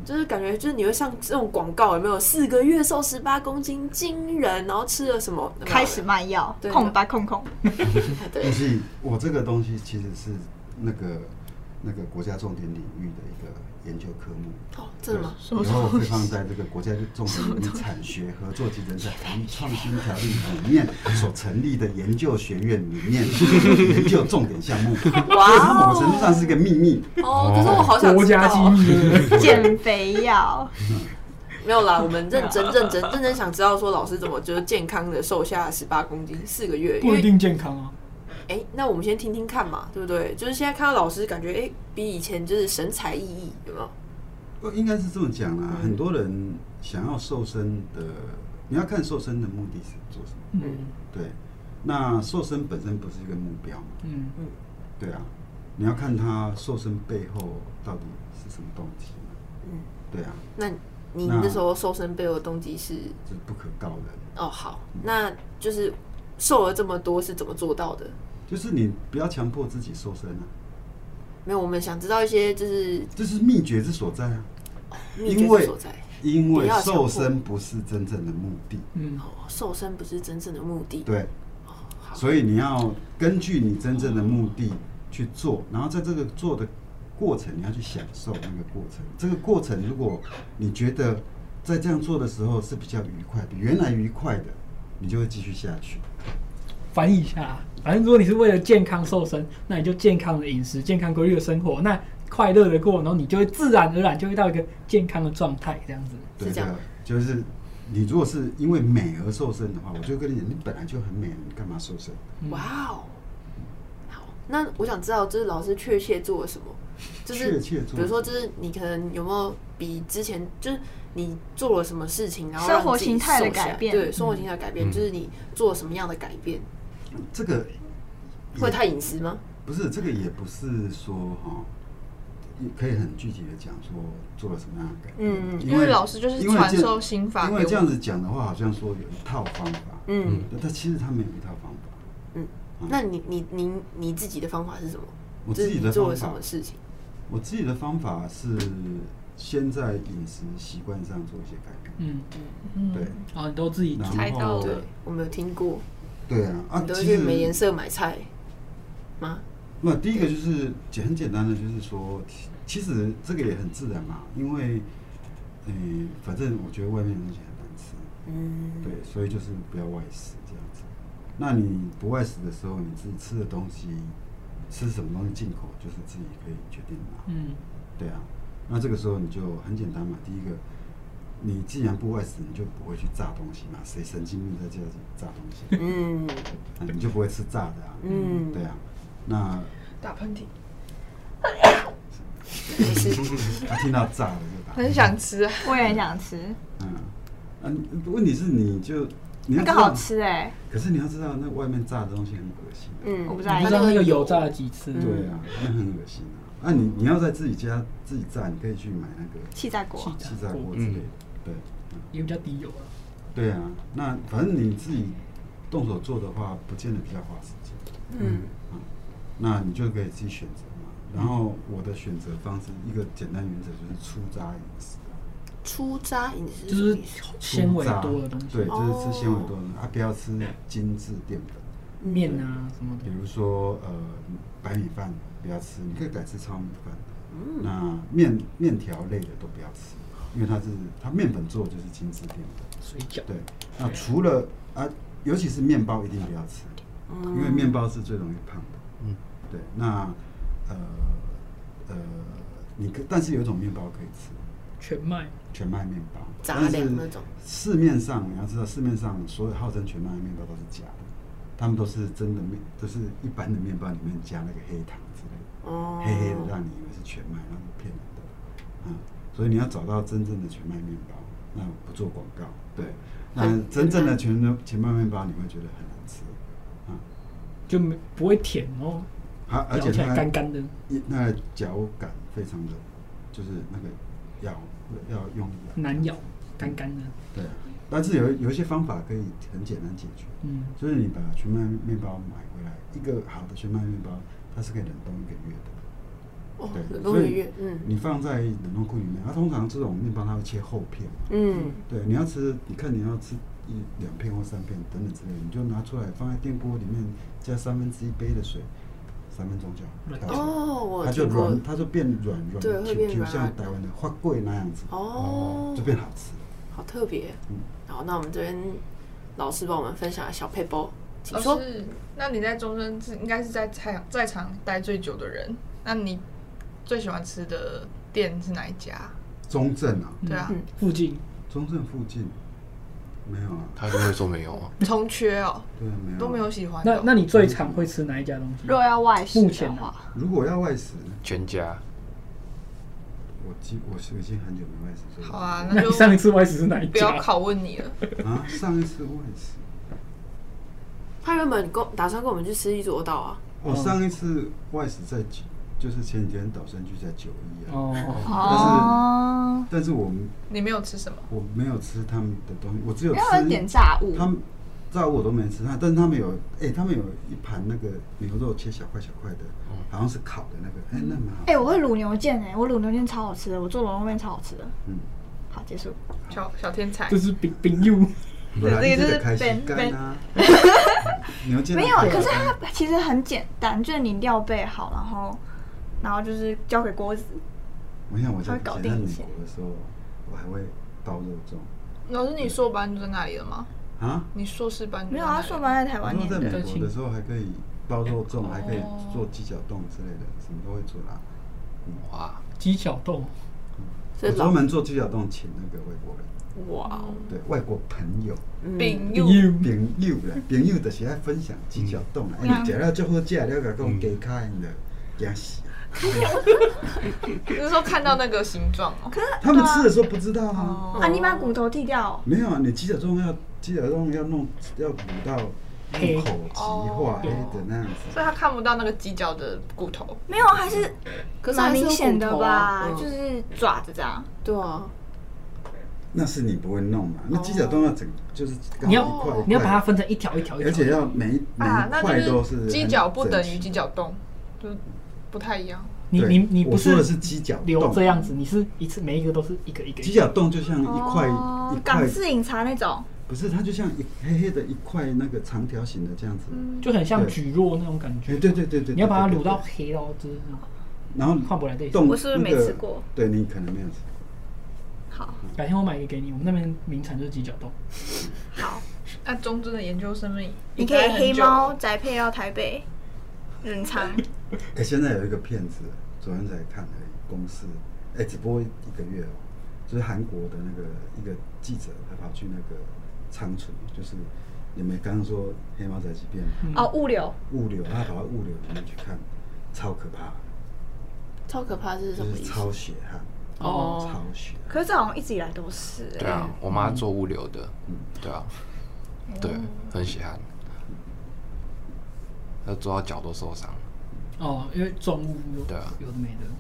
[SPEAKER 1] 就是感觉就是你会像这种广告有没有？四个月瘦十八公斤，惊人，然后吃了什么？有没有
[SPEAKER 4] 开始卖药
[SPEAKER 1] 对，
[SPEAKER 4] 控吧控控，
[SPEAKER 1] 对
[SPEAKER 6] 不，是我这个东西其实是那个那个国家重点领域的一个研究科目。
[SPEAKER 1] 哦，真的吗？
[SPEAKER 6] 以后会放在这个国家重点与产学合作及人才培育创新条例里面所成立的研究学院里面研究重点项目，所以它某个程度上是一个秘密。
[SPEAKER 1] 哦，可是我好想
[SPEAKER 2] 国
[SPEAKER 1] 知
[SPEAKER 2] 家
[SPEAKER 1] 道
[SPEAKER 2] 机
[SPEAKER 1] 哦。
[SPEAKER 2] 密，
[SPEAKER 4] 减肥药。
[SPEAKER 1] 没有啦，我们认真、认真、认真想知道说老师怎么就是健康的瘦下十八公斤四个月，因
[SPEAKER 2] 不一
[SPEAKER 1] 为
[SPEAKER 2] 定健康啊。
[SPEAKER 1] 哎、那我们先听听看嘛，对不对？就是现在看到老师，感觉哎、比以前就是神采奕奕，有没有？
[SPEAKER 6] 呃应该是这么讲啦，很多人想要瘦身的，你要看瘦身的目的是做什么。
[SPEAKER 2] 嗯
[SPEAKER 6] 对，那瘦身本身不是一个目标嘛？
[SPEAKER 2] 嗯，
[SPEAKER 6] 对啊，你要看他瘦身背后到底是什么动机嘛？
[SPEAKER 1] 嗯
[SPEAKER 6] 对啊，
[SPEAKER 1] 那你
[SPEAKER 6] 那
[SPEAKER 1] 那时候瘦身背后的动机是
[SPEAKER 6] 这不可告人。
[SPEAKER 1] 哦，好，那就是瘦了这么多是怎么做到的？
[SPEAKER 6] 就是你不要强迫自己瘦身啊，
[SPEAKER 1] 没有，我们想知道一些就是
[SPEAKER 6] 这是秘诀之所在啊。
[SPEAKER 1] 秘
[SPEAKER 6] 因为
[SPEAKER 1] 诀所在。
[SPEAKER 6] 因
[SPEAKER 1] 不
[SPEAKER 6] 为
[SPEAKER 1] 要强迫
[SPEAKER 6] 瘦身不是真正的目的，
[SPEAKER 2] 嗯
[SPEAKER 1] 哦，瘦身不是真正的目的。
[SPEAKER 6] 对，
[SPEAKER 1] 好，
[SPEAKER 6] 所以你要根据你真正的目的去做，然后在这个做的过程，你要去享受那个过程。这个过程，如果你觉得在这样做的时候是比较愉快，比原来愉快的，你就会继续下去。
[SPEAKER 2] 翻译一下啊，反正如果你是为了健康瘦身，那你就健康的饮食、健康规律的生活，那快乐的过，然后你就会自然而然就会到一个健康的状态，这样子。
[SPEAKER 6] 对
[SPEAKER 1] 是这样
[SPEAKER 6] 的，就是你如果是因为美而瘦身的话，我就跟你讲，你本来就很美，你干嘛瘦身？
[SPEAKER 4] 嗯
[SPEAKER 1] 哇哦，好，那我想知道，就是老师确切做了什么，就是
[SPEAKER 6] 确切做了
[SPEAKER 1] 比如说，就是你可能有没有比之前，就是你做了什么事情，然后
[SPEAKER 4] 生
[SPEAKER 1] 让
[SPEAKER 4] 活
[SPEAKER 1] 自己
[SPEAKER 4] 形态的
[SPEAKER 1] 瘦下来
[SPEAKER 4] 改变嗯
[SPEAKER 1] 对，生活形态的改变，就是你做了什么样的改变，
[SPEAKER 6] 这个
[SPEAKER 1] 会太隐私吗？
[SPEAKER 6] 不是，这个也不是说哈，也可以很具体的讲说做了什么样的改变。
[SPEAKER 1] 嗯
[SPEAKER 3] 因为老师就是
[SPEAKER 6] 因为
[SPEAKER 3] 传
[SPEAKER 6] 这
[SPEAKER 3] 授心法
[SPEAKER 6] 因
[SPEAKER 3] 给
[SPEAKER 6] 为
[SPEAKER 3] 我
[SPEAKER 6] 这样子讲的话，好像说有一套方法，
[SPEAKER 1] 嗯，
[SPEAKER 6] 但其实他没有一套方法。
[SPEAKER 1] 那你你你你自己的方法是什么？
[SPEAKER 6] 我
[SPEAKER 1] 就是
[SPEAKER 6] 自己
[SPEAKER 1] 你
[SPEAKER 6] 的
[SPEAKER 1] 做
[SPEAKER 6] 方
[SPEAKER 1] 了什
[SPEAKER 6] 法
[SPEAKER 1] 么，事情？
[SPEAKER 6] 我自己的方法是先在饮食习惯上做一些改变。
[SPEAKER 2] 嗯，
[SPEAKER 3] 嗯
[SPEAKER 6] 对，
[SPEAKER 2] 啊，你都自己煮
[SPEAKER 3] 猜
[SPEAKER 6] 然
[SPEAKER 3] 到
[SPEAKER 6] 后
[SPEAKER 3] 了
[SPEAKER 1] 对，我没有听过，
[SPEAKER 6] 对啊，啊
[SPEAKER 1] 你，都会
[SPEAKER 6] 其
[SPEAKER 1] 去
[SPEAKER 6] 实
[SPEAKER 1] 美颜社买菜吗？
[SPEAKER 6] 那第一个就是简很简单的，就是说，其其实这个也很自然嘛，因为，嗯、反正我觉得外面的东西很难吃，
[SPEAKER 1] 嗯，
[SPEAKER 6] 对，所以就是不要外食这样子。那你不外食的时候，你自己吃的东西，吃什么东西进口，就是自己可以决定嘛。
[SPEAKER 2] 嗯
[SPEAKER 6] 对啊，那这个时候你就很简单嘛。第一个，你既然不外食，你就不会去炸东西嘛。谁神经病在家里炸东西？
[SPEAKER 1] 嗯
[SPEAKER 6] 啊你就不会吃炸的啊。
[SPEAKER 1] 嗯，
[SPEAKER 6] 对啊，那
[SPEAKER 3] 打喷嚏，
[SPEAKER 1] 没事，
[SPEAKER 6] 他啊听到炸了就打。
[SPEAKER 3] 很想吃啊，
[SPEAKER 4] 我也很想吃，
[SPEAKER 6] 嗯，嗯，问题是你就你
[SPEAKER 4] 那
[SPEAKER 6] 要知
[SPEAKER 4] 个
[SPEAKER 6] 道
[SPEAKER 4] 好，吃哎、
[SPEAKER 6] 可是你要知道，那外面炸的东西很恶心的、
[SPEAKER 1] 嗯，
[SPEAKER 4] 我不知
[SPEAKER 2] 你
[SPEAKER 4] 道
[SPEAKER 2] 不知道那个油炸了几次？
[SPEAKER 6] 对啊，那很恶心啊。那、你你要在自己家自己炸，你可以去买那个
[SPEAKER 4] 气炸锅。
[SPEAKER 6] 气炸锅之类的。对
[SPEAKER 2] 也比较低油啊。
[SPEAKER 6] 对啊，那反正你自己动手做的话，不见得比较花时间。
[SPEAKER 1] 嗯
[SPEAKER 6] 啊，那你就可以自己选择嘛。然后我的选择方式，一个简单原则就是粗渣饮食，
[SPEAKER 1] 粗渣饮食
[SPEAKER 2] 就是
[SPEAKER 1] 什么意思
[SPEAKER 2] 纤维
[SPEAKER 6] 粗渣
[SPEAKER 2] 多的东西，
[SPEAKER 6] 对，就是吃纤维多的东西，啊，不要吃精致淀粉。
[SPEAKER 2] 面啊什么
[SPEAKER 6] 比
[SPEAKER 2] 的，
[SPEAKER 6] 如说呃白米饭不要吃，你可以改吃糙米饭。
[SPEAKER 1] 嗯
[SPEAKER 6] 那面面条类的都不要吃，因为它是它面粉做的就是精致淀粉。
[SPEAKER 2] 水饺，
[SPEAKER 6] 对，那除了啊，尤其是面包一定不要吃，
[SPEAKER 1] 嗯
[SPEAKER 6] 因为面包是最容易胖的。
[SPEAKER 5] 嗯，
[SPEAKER 6] 对，那呃呃，你可但是有一种面包可以吃，
[SPEAKER 2] 全麦，
[SPEAKER 6] 全麦面包，
[SPEAKER 1] 杂
[SPEAKER 6] 但是
[SPEAKER 1] 粮那种
[SPEAKER 6] 市面上你要知道，市面上所有号称全麦的面包都是假的，他们都是真的面，都是一般的面包里面加那个黑糖之类的，
[SPEAKER 1] 哦
[SPEAKER 6] 黑黑的让你以为是全麦，然后是骗人的。嗯，所以你要找到真正的全麦面包，那不做广告，对，那
[SPEAKER 1] 很
[SPEAKER 6] 真正的全全麦面包你会觉得很难吃，啊、
[SPEAKER 2] 就没不会甜哦，
[SPEAKER 6] 啊，而
[SPEAKER 2] 咬
[SPEAKER 6] 且
[SPEAKER 2] 起来
[SPEAKER 6] 它
[SPEAKER 2] 干干的。
[SPEAKER 6] 一那个嚼感非常的，就是那个要要用力啊
[SPEAKER 2] 难咬，干干的。
[SPEAKER 6] 对啊，但是有有一些方法可以很简单解决，
[SPEAKER 2] 嗯，
[SPEAKER 6] 就是你把全麦面包买回来，一个好的全麦面包，它是可以冷冻一个月的。
[SPEAKER 1] 哦
[SPEAKER 6] 对，
[SPEAKER 1] 冷冻
[SPEAKER 6] 所
[SPEAKER 1] 一
[SPEAKER 6] 以
[SPEAKER 1] 个月，嗯
[SPEAKER 6] 你放在冷冻库里面，它通常这种面包它会切厚片嘛，
[SPEAKER 1] 嗯
[SPEAKER 6] 对，你要吃，你看你要吃一两片或三片等等之类的，你就拿出来放在电锅里面，加三分之一杯的水，三分钟就好，跳起来
[SPEAKER 1] 哦，我
[SPEAKER 6] 嗯它
[SPEAKER 1] 有
[SPEAKER 6] 就
[SPEAKER 1] 听过
[SPEAKER 6] 软，它就变软软，
[SPEAKER 1] 对会变
[SPEAKER 6] Q Q，
[SPEAKER 1] 软
[SPEAKER 6] 像台湾的花桂那样子，
[SPEAKER 1] 哦
[SPEAKER 6] 就变好吃了。
[SPEAKER 1] 好特别
[SPEAKER 6] 嗯。
[SPEAKER 1] 好，那我们这边老师帮我们分享小配包，请
[SPEAKER 3] 老
[SPEAKER 1] 说。
[SPEAKER 3] 师，那你在中山是应该是在菜在场待最久的人，那你最喜欢吃的店是哪一家？
[SPEAKER 6] 中正啊，
[SPEAKER 3] 对啊，
[SPEAKER 2] 附近
[SPEAKER 6] 中正附近没有啊，
[SPEAKER 5] 他就会说没有啊。
[SPEAKER 3] 重缺哦，
[SPEAKER 6] 对啊，没有啊
[SPEAKER 3] 都没有。喜欢的
[SPEAKER 2] 那
[SPEAKER 3] 哦。
[SPEAKER 2] 那你最常会吃哪一家东西？
[SPEAKER 4] 若要外食
[SPEAKER 2] 目
[SPEAKER 4] 的
[SPEAKER 2] 前
[SPEAKER 4] 话，
[SPEAKER 6] 如果要外食，
[SPEAKER 5] 全家
[SPEAKER 6] 我基我是已经很久没外食了。
[SPEAKER 3] 好啊，
[SPEAKER 2] 那
[SPEAKER 3] 那
[SPEAKER 2] 你
[SPEAKER 3] 就
[SPEAKER 2] 上一次外食是哪一
[SPEAKER 3] 不要
[SPEAKER 2] 家？
[SPEAKER 3] 拷问你了。
[SPEAKER 6] 啊，上一次外食，
[SPEAKER 1] 他原本跟打算跟我们去吃一桌道啊，
[SPEAKER 6] 我哦上一次外食在九，就是前几天导生去在九一啊，
[SPEAKER 2] 哦，
[SPEAKER 4] 哦，
[SPEAKER 6] 但是我们
[SPEAKER 3] 你没有吃什么？
[SPEAKER 6] 我没有吃他们的东西，我只有
[SPEAKER 4] 因为他们
[SPEAKER 6] 吃
[SPEAKER 4] 点炸物，
[SPEAKER 6] 他们炸物我都没吃，他但是他们有哎、他们有一盘那个牛肉切小块小块的，好像是烤的那个，哎、那蛮好。
[SPEAKER 4] 哎、我会卤牛腱哎、我卤牛腱超好吃的，我做卤肉面超好吃的。
[SPEAKER 6] 嗯，
[SPEAKER 4] 好，结束。
[SPEAKER 3] 小小天才
[SPEAKER 2] 这，是饼饼柚，
[SPEAKER 6] 本来
[SPEAKER 4] 这个就是
[SPEAKER 6] 得开心
[SPEAKER 4] 本
[SPEAKER 6] 干啊，嗯牛腱
[SPEAKER 4] 没有，啊
[SPEAKER 6] 的
[SPEAKER 4] 可是它
[SPEAKER 1] 嗯
[SPEAKER 4] 其实很简单，就是你料备好，然后然后就是交给锅子。
[SPEAKER 6] 我想我
[SPEAKER 4] 它
[SPEAKER 6] 在
[SPEAKER 4] 会搞
[SPEAKER 6] 在
[SPEAKER 4] 定一
[SPEAKER 6] 美
[SPEAKER 4] 切
[SPEAKER 6] 国的时候，我还会包肉粽
[SPEAKER 3] 老师，你硕班就在那里了吗？
[SPEAKER 6] 啊。
[SPEAKER 3] 你硕士班就
[SPEAKER 4] 没
[SPEAKER 3] 在
[SPEAKER 4] 有
[SPEAKER 3] 那
[SPEAKER 4] 啊，
[SPEAKER 3] 里
[SPEAKER 4] 硕班在台
[SPEAKER 6] 我
[SPEAKER 4] 湾哎
[SPEAKER 6] 说
[SPEAKER 4] 念
[SPEAKER 6] 在
[SPEAKER 4] 的。
[SPEAKER 6] 美国的时候还可以包肉粽，还可以做鸡脚冻之类的，什么都会做啦。
[SPEAKER 5] 哇，
[SPEAKER 2] 鸡脚豆，
[SPEAKER 1] 所
[SPEAKER 6] 我
[SPEAKER 1] 以老
[SPEAKER 6] 专门做鸡脚冻，请那个微博人，
[SPEAKER 1] 哇哦，
[SPEAKER 4] 嗯
[SPEAKER 6] 对外国朋友、
[SPEAKER 1] 嗯
[SPEAKER 3] 饼
[SPEAKER 2] 有
[SPEAKER 3] 又
[SPEAKER 6] 朋友啦，朋友就是爱分享技巧动
[SPEAKER 4] 嗯
[SPEAKER 6] 啦，因为啊食了就好食了，甲讲加开的，惊死。
[SPEAKER 4] 啊
[SPEAKER 3] 那时候看到那个形状哦，嗯
[SPEAKER 6] 他们吃的时候不知道啊，
[SPEAKER 4] 啊，你把骨头剃掉哦，
[SPEAKER 6] 没有啊，你鸡脚中要鸡脚中要弄要补到入口即化
[SPEAKER 4] 哎
[SPEAKER 6] 黑的那样子，
[SPEAKER 3] 所以他看不到那个犄角的骨头。
[SPEAKER 4] 没有，还是
[SPEAKER 1] 可是
[SPEAKER 4] 蛮
[SPEAKER 1] 还是有
[SPEAKER 4] 明显的
[SPEAKER 1] 骨头
[SPEAKER 4] 吧
[SPEAKER 1] 啊，嗯
[SPEAKER 4] 就是爪子这样。
[SPEAKER 1] 对啊，
[SPEAKER 6] 那是你不会弄
[SPEAKER 4] 哦
[SPEAKER 6] 嘛。那鸡脚中要整就是刚
[SPEAKER 2] 你
[SPEAKER 6] 好
[SPEAKER 2] 要
[SPEAKER 6] 一块一块，
[SPEAKER 2] 你要把它分成一条一条一条，
[SPEAKER 6] 而且要每一每
[SPEAKER 3] 啊，
[SPEAKER 6] 一
[SPEAKER 3] 那
[SPEAKER 6] 嗯块都
[SPEAKER 3] 就是
[SPEAKER 6] 很
[SPEAKER 3] 犄角不等于
[SPEAKER 6] 整齐
[SPEAKER 3] 犄角洞，就是不太一样。
[SPEAKER 2] 你
[SPEAKER 6] 对
[SPEAKER 2] 你你不
[SPEAKER 6] 我说的是鸡脚
[SPEAKER 2] 留
[SPEAKER 6] 冻
[SPEAKER 2] 这样子，你是一次每一个都是一个一个，
[SPEAKER 6] 鸡脚冻就像一块
[SPEAKER 4] 哦
[SPEAKER 6] 一
[SPEAKER 4] 港
[SPEAKER 6] 块，
[SPEAKER 4] 式饮茶那种，
[SPEAKER 6] 不是它就像一黑黑的一块那个长条形的这样子。
[SPEAKER 4] 嗯
[SPEAKER 2] 就很像
[SPEAKER 6] 对
[SPEAKER 2] 蒟蒻那种感觉。
[SPEAKER 6] 哎，对对对对，
[SPEAKER 2] 你要把它
[SPEAKER 6] 对
[SPEAKER 2] 卤到，黑到就是那种
[SPEAKER 6] 对对然后
[SPEAKER 2] 换不来的意思
[SPEAKER 6] 冻
[SPEAKER 4] 我是不是
[SPEAKER 6] 那
[SPEAKER 4] 没
[SPEAKER 6] 个
[SPEAKER 4] 吃过？
[SPEAKER 6] 对你可能没有吃过。
[SPEAKER 4] 好，
[SPEAKER 2] 改天我买一个给你，我们那边名产就是鸡脚冻。
[SPEAKER 3] 那中正的研究生们，
[SPEAKER 4] 你可以黑猫宅配到台北冷藏，
[SPEAKER 6] 哎，现在有一个片子，昨天才看而已，公司哎，只播一个月哦，就是韩国的那个一个记者，他跑去那个仓储，就是你们刚刚说黑猫宅急便嘛
[SPEAKER 4] 哦，物流
[SPEAKER 6] 物流，他跑到物流里面去看，超可怕，
[SPEAKER 1] 超可怕，这是什
[SPEAKER 6] 就
[SPEAKER 1] 么
[SPEAKER 6] 是
[SPEAKER 1] 意思？
[SPEAKER 6] 超血汗，
[SPEAKER 1] 哦
[SPEAKER 6] 超血汗。
[SPEAKER 4] 可是这好像一直以来都是、欸
[SPEAKER 5] 对啊，我妈做物流的，对啊，对，很血汗，她做到脚都受伤了。
[SPEAKER 2] 哦，因为重物有
[SPEAKER 5] 对啊
[SPEAKER 2] 有的没的。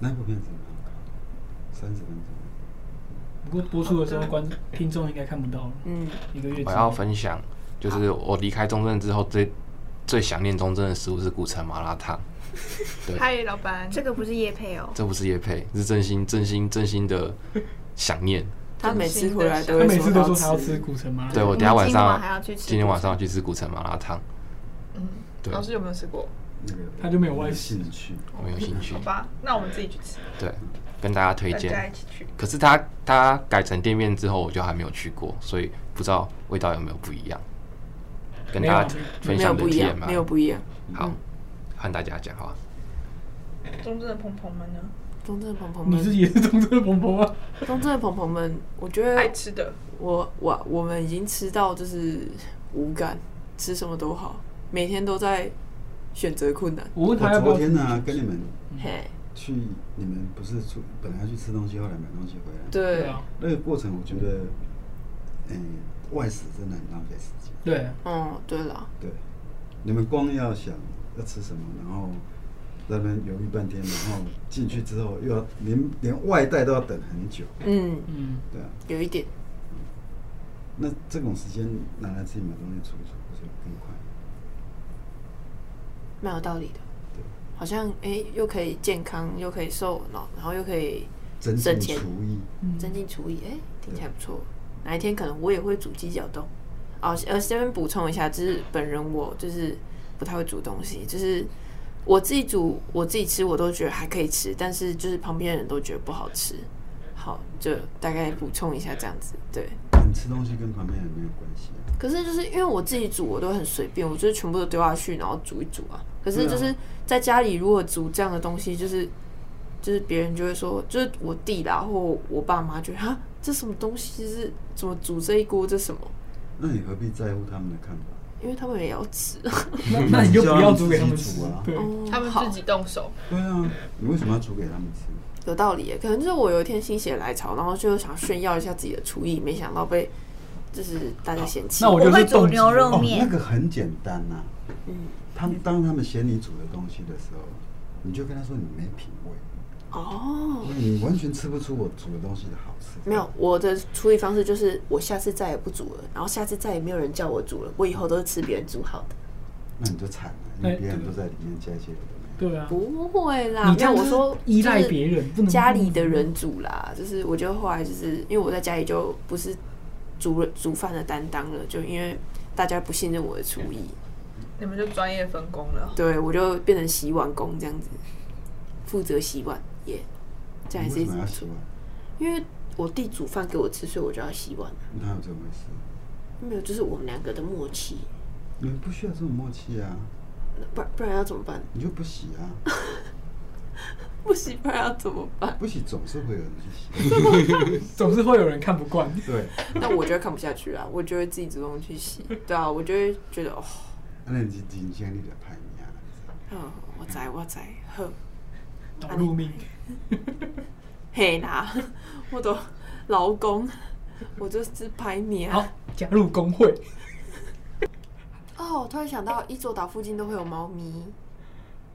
[SPEAKER 6] 那部片子蛮好看的，三十分钟。
[SPEAKER 2] 不过播出的时候，观听众应该看不到了。
[SPEAKER 1] 嗯，
[SPEAKER 2] 一个月之
[SPEAKER 5] 我
[SPEAKER 2] 内
[SPEAKER 5] 要分享，就是我离开中正之后最最想念中正的食物是古城麻辣烫，
[SPEAKER 3] 嗨，老板，
[SPEAKER 4] 这个不是叶配哦，
[SPEAKER 5] 这不是叶配，是真心真心真心的想念。
[SPEAKER 1] 他每次回来都
[SPEAKER 2] 他
[SPEAKER 1] 会
[SPEAKER 2] 每次都说他
[SPEAKER 1] 他
[SPEAKER 2] 要吃古城麻辣
[SPEAKER 5] 对
[SPEAKER 2] 烫，
[SPEAKER 5] 我等一下晚
[SPEAKER 4] 我们今晚
[SPEAKER 5] 上
[SPEAKER 4] 还要去吃
[SPEAKER 5] 今天晚上要去吃古城麻辣烫，
[SPEAKER 3] 嗯，
[SPEAKER 5] 对
[SPEAKER 3] 老师有没有吃过？
[SPEAKER 6] 那个
[SPEAKER 2] 他就没有外食
[SPEAKER 6] 兴趣，
[SPEAKER 5] 我没有兴趣
[SPEAKER 3] 好。吧，那我们自己去吃，
[SPEAKER 5] 对，跟大家推
[SPEAKER 3] 大家
[SPEAKER 5] 荐
[SPEAKER 3] 一。起去。
[SPEAKER 5] 可是它它改成店面之后，我就还没有去过，所以不知道味道有没有不一样。跟大家
[SPEAKER 2] 没有
[SPEAKER 5] 分
[SPEAKER 1] 没
[SPEAKER 5] 享
[SPEAKER 1] 有
[SPEAKER 5] 的
[SPEAKER 1] 不一
[SPEAKER 5] 体验
[SPEAKER 1] 样，
[SPEAKER 5] 吧
[SPEAKER 1] 没。有不一样。
[SPEAKER 5] 好，和大家讲好吧。
[SPEAKER 3] 中正的朋朋们呢，
[SPEAKER 1] 中正的鹏鹏
[SPEAKER 2] 你自
[SPEAKER 1] 们，
[SPEAKER 2] 己也是中正婆婆吗？
[SPEAKER 1] 中正的鹏鹏们，我觉
[SPEAKER 3] 爱
[SPEAKER 1] 得
[SPEAKER 3] 吃的
[SPEAKER 1] 我我我们已经吃到就是无感，吃什么都好，每天都在选择困难。
[SPEAKER 2] 我问他
[SPEAKER 6] 我
[SPEAKER 2] 要不要
[SPEAKER 6] 昨天呢跟你们
[SPEAKER 2] 嗯
[SPEAKER 1] 嘿，
[SPEAKER 6] 去，你们不是出本来要去吃东西，后来买东西回来，
[SPEAKER 2] 对
[SPEAKER 1] 对，
[SPEAKER 2] 啊，
[SPEAKER 6] 那个过程我觉得，嗯，外食真的很浪费时间。
[SPEAKER 2] 对，啊
[SPEAKER 1] 嗯，对了，
[SPEAKER 6] 对，你们光要想要吃什么，然后在那边犹豫半天，然后进去之后又要连连外带都要等很久，
[SPEAKER 1] 嗯，
[SPEAKER 2] 嗯，
[SPEAKER 6] 对啊，
[SPEAKER 1] 有一点，
[SPEAKER 6] 那这种时间拿来自己买东西煮一煮，不是更快？
[SPEAKER 1] 蛮有道理的。好像哎，又可以健康，又可以瘦，然后然后又可以
[SPEAKER 6] 增
[SPEAKER 1] 省钱
[SPEAKER 6] 进厨艺，
[SPEAKER 1] 增进厨艺，哎、听起来不错。哪一天可能我也会煮鸡脚冻。哦，呃，这边补充一下，就是本人我就是不太会煮东西，就是我自己煮，我自己吃，我都觉得还可以吃，但是就是旁边人都觉得不好吃。好，就大概补充一下这样子，对。
[SPEAKER 6] 你吃东西跟旁边人没有关系啊。
[SPEAKER 1] 可是就是因为我自己煮，我都很随便，我就是全部都丢下去，然后煮一煮啊。可是就是在家里，如果煮这样的东西，就是就是别人就会说，就是我弟啦或我爸妈觉得啊，这什么东西是怎么煮这一锅这什么？
[SPEAKER 6] 那你何必在乎他们的看法？
[SPEAKER 1] 因为他们也要吃， 哦
[SPEAKER 2] 那那你就不要煮给他们
[SPEAKER 6] 自己
[SPEAKER 2] 吃
[SPEAKER 6] 煮啊
[SPEAKER 2] 对，
[SPEAKER 3] 他们自己动手，
[SPEAKER 4] 嗯
[SPEAKER 6] 对啊，你为什么要煮给他们吃？
[SPEAKER 1] 有道理耶。可能就是我有一天心血来潮，然后就想炫耀一下自己的厨艺，没想到被就是大家嫌弃。
[SPEAKER 2] 那我就
[SPEAKER 4] 我会
[SPEAKER 2] 是
[SPEAKER 4] 煮
[SPEAKER 2] 冻
[SPEAKER 4] 牛肉
[SPEAKER 6] 哦，那
[SPEAKER 4] 面，
[SPEAKER 6] 个很简单呐、他们当他们嫌你煮的东西的时候，你就跟他说你没品味，
[SPEAKER 1] 哦，
[SPEAKER 6] 你完全吃不出我煮的东西的好吃。
[SPEAKER 1] 没有，我的处理方式就是我下次再也不煮了，然后下次再也没有人叫我煮了，我以后都是吃别人煮好的。
[SPEAKER 6] 那你就惨了，因
[SPEAKER 2] 哎
[SPEAKER 6] 为别人都在里面加一些有的没
[SPEAKER 2] 对啊，
[SPEAKER 1] 不会啦，
[SPEAKER 2] 你
[SPEAKER 1] 没
[SPEAKER 2] 这
[SPEAKER 1] 有
[SPEAKER 2] 样
[SPEAKER 1] 我
[SPEAKER 2] 就是
[SPEAKER 1] 说
[SPEAKER 2] 依
[SPEAKER 1] 就
[SPEAKER 2] 赖
[SPEAKER 1] 是
[SPEAKER 2] 别人不能
[SPEAKER 1] 家里的人煮啦，就是我就后来就是因为我在家里就不是煮煮饭的担当了，就因为大家不信任我的厨艺，
[SPEAKER 3] 你们就专业分工了。
[SPEAKER 1] 对我就变成洗碗工这样子，负责洗碗耶这
[SPEAKER 6] 的。
[SPEAKER 1] 样
[SPEAKER 6] 你
[SPEAKER 1] 也是
[SPEAKER 6] 为
[SPEAKER 1] 一
[SPEAKER 6] 什么要
[SPEAKER 1] 直
[SPEAKER 6] 洗碗？
[SPEAKER 1] 因为我弟煮饭给我吃，所以我就要洗碗。
[SPEAKER 6] 哪有这回事？
[SPEAKER 1] 没有，就是我们两个的默契，
[SPEAKER 6] 你们不需要这种默契啊，
[SPEAKER 1] 那不然不然要怎么办？
[SPEAKER 6] 你就不洗啊。
[SPEAKER 1] 不洗不然要怎么办？
[SPEAKER 6] 不洗总是会有人去洗，
[SPEAKER 2] 总是会有人看不惯。
[SPEAKER 6] 对，
[SPEAKER 1] 那我就会看不下去啦，我就会自己主动去洗。对啊，我就会觉得哦，
[SPEAKER 6] 那你今天你的排名啊，
[SPEAKER 1] 嗯，我在我在，呵，
[SPEAKER 2] 导入命，
[SPEAKER 1] 嘿啦， 我都劳工， 我就是排你啊。
[SPEAKER 2] 好，加入工会。
[SPEAKER 1] 哦，我突然想到，一座岛附近都会有猫咪，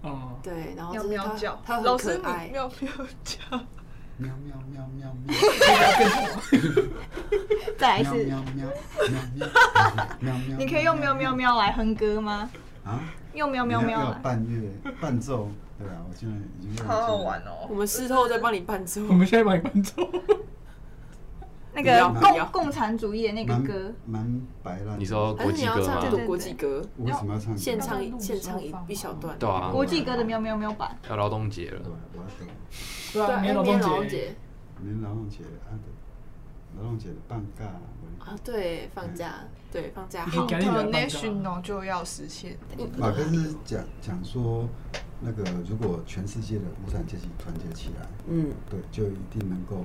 [SPEAKER 2] 哦，
[SPEAKER 1] 对，然后
[SPEAKER 3] 喵
[SPEAKER 1] 就是
[SPEAKER 3] 喵
[SPEAKER 1] 它
[SPEAKER 3] 叫，
[SPEAKER 1] 它很
[SPEAKER 3] 老师
[SPEAKER 1] 可
[SPEAKER 3] 你
[SPEAKER 1] 爱。
[SPEAKER 3] 喵喵 叫，
[SPEAKER 6] 喵喵喵喵喵。
[SPEAKER 4] 再来一
[SPEAKER 6] 喵
[SPEAKER 4] 次，
[SPEAKER 6] 喵喵喵喵喵 喵，
[SPEAKER 4] 你可以用喵喵喵来哼歌吗？
[SPEAKER 6] 啊，
[SPEAKER 4] 用喵喵喵
[SPEAKER 6] 要
[SPEAKER 4] 来。
[SPEAKER 6] 伴乐伴奏，对吧？我现在已经
[SPEAKER 3] 好好玩
[SPEAKER 1] 我
[SPEAKER 3] 哦。
[SPEAKER 1] 们事后再帮你伴奏。
[SPEAKER 2] 我们现在把你搬走。
[SPEAKER 4] 那
[SPEAKER 1] 不
[SPEAKER 4] 个
[SPEAKER 1] 要不要
[SPEAKER 4] 共共产主义的那个
[SPEAKER 6] 蛮
[SPEAKER 4] 歌，
[SPEAKER 6] 蛮白烂的。
[SPEAKER 5] 你说
[SPEAKER 1] 但
[SPEAKER 5] 国
[SPEAKER 1] 是你
[SPEAKER 5] 际
[SPEAKER 1] 要
[SPEAKER 5] 歌
[SPEAKER 1] 唱
[SPEAKER 5] 吗
[SPEAKER 1] 很？
[SPEAKER 4] 对
[SPEAKER 1] 多国际歌，
[SPEAKER 6] 我为什么要唱歌？
[SPEAKER 1] 现
[SPEAKER 2] 在录
[SPEAKER 1] 唱
[SPEAKER 2] 的
[SPEAKER 1] 现
[SPEAKER 2] 时候
[SPEAKER 1] 唱一
[SPEAKER 2] 放
[SPEAKER 1] 一小
[SPEAKER 2] 吗
[SPEAKER 1] 段。
[SPEAKER 5] 对啊，
[SPEAKER 4] 国际歌的喵喵喵版，
[SPEAKER 5] 要劳动节
[SPEAKER 6] 对啊
[SPEAKER 5] 了，
[SPEAKER 6] 我要懂。
[SPEAKER 2] 对
[SPEAKER 1] 对，
[SPEAKER 2] 啊，
[SPEAKER 1] 哎
[SPEAKER 2] 明天劳
[SPEAKER 1] 明天劳
[SPEAKER 2] 动
[SPEAKER 1] 动
[SPEAKER 2] 节
[SPEAKER 1] 节
[SPEAKER 6] 连劳动节啊，劳动节的半尬，我
[SPEAKER 1] 啊，对，放假，
[SPEAKER 5] 嗯
[SPEAKER 1] 对，放假
[SPEAKER 2] 你
[SPEAKER 1] 好。
[SPEAKER 2] 赶紧来搬家。
[SPEAKER 3] International 就要实现，
[SPEAKER 6] 马克思讲讲说，那个如果全世界的无产阶级团结起来，
[SPEAKER 1] 嗯，
[SPEAKER 6] 对，就一定能够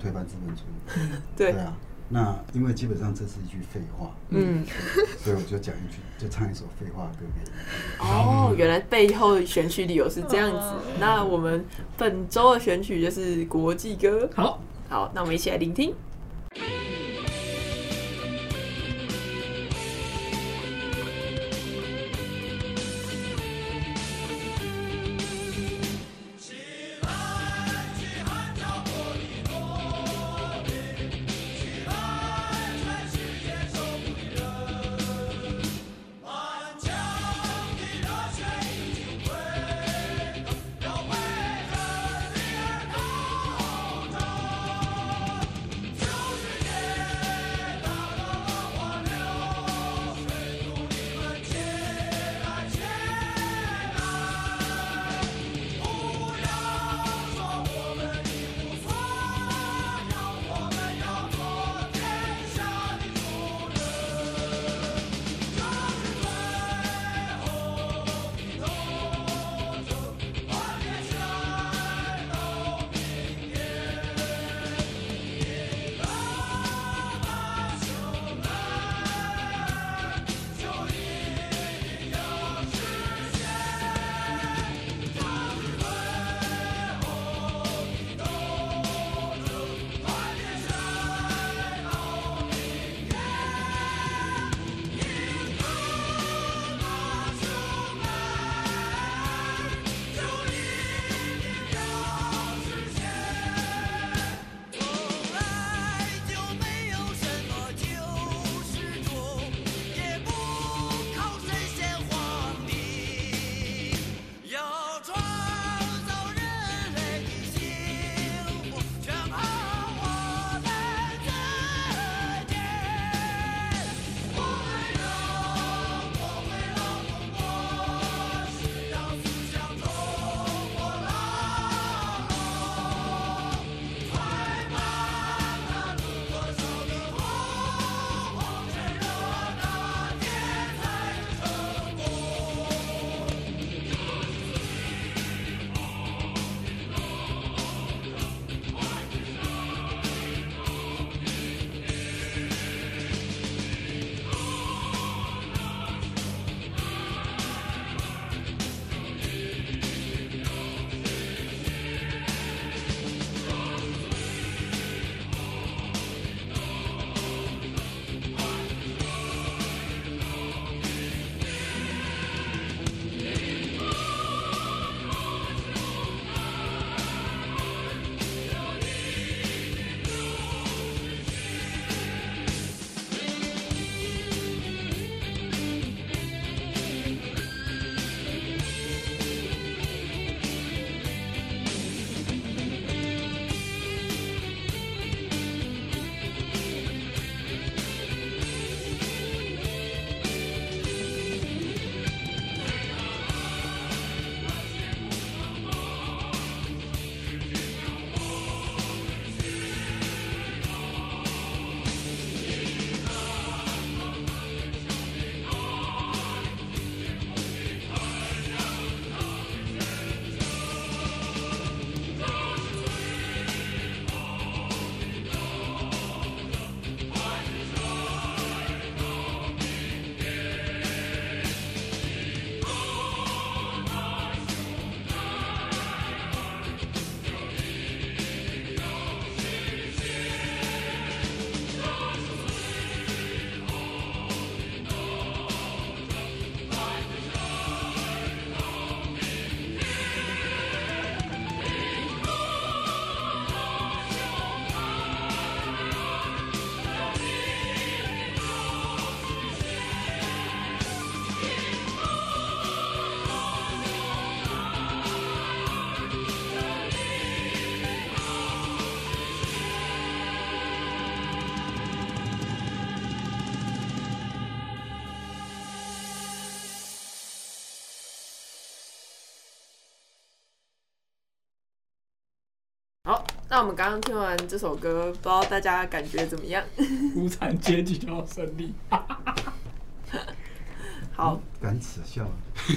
[SPEAKER 6] 推翻资本主义。
[SPEAKER 1] 对，
[SPEAKER 6] 啊，那因为基本上这是一句废话，
[SPEAKER 1] 嗯，
[SPEAKER 6] 所以我就讲一句，就唱一首废话歌给你。
[SPEAKER 2] 嗯
[SPEAKER 1] 哦，原来背后选曲理由是这样子。那我们本周的选曲就是国际歌。
[SPEAKER 2] 好，
[SPEAKER 1] 好，那我们一起来聆听。
[SPEAKER 8] 世界的光荣，
[SPEAKER 1] 那我们刚刚听完这首歌，不知道大家感觉怎么样？
[SPEAKER 2] 无产阶级就要胜利。
[SPEAKER 1] 好，
[SPEAKER 6] 敢耻笑啊！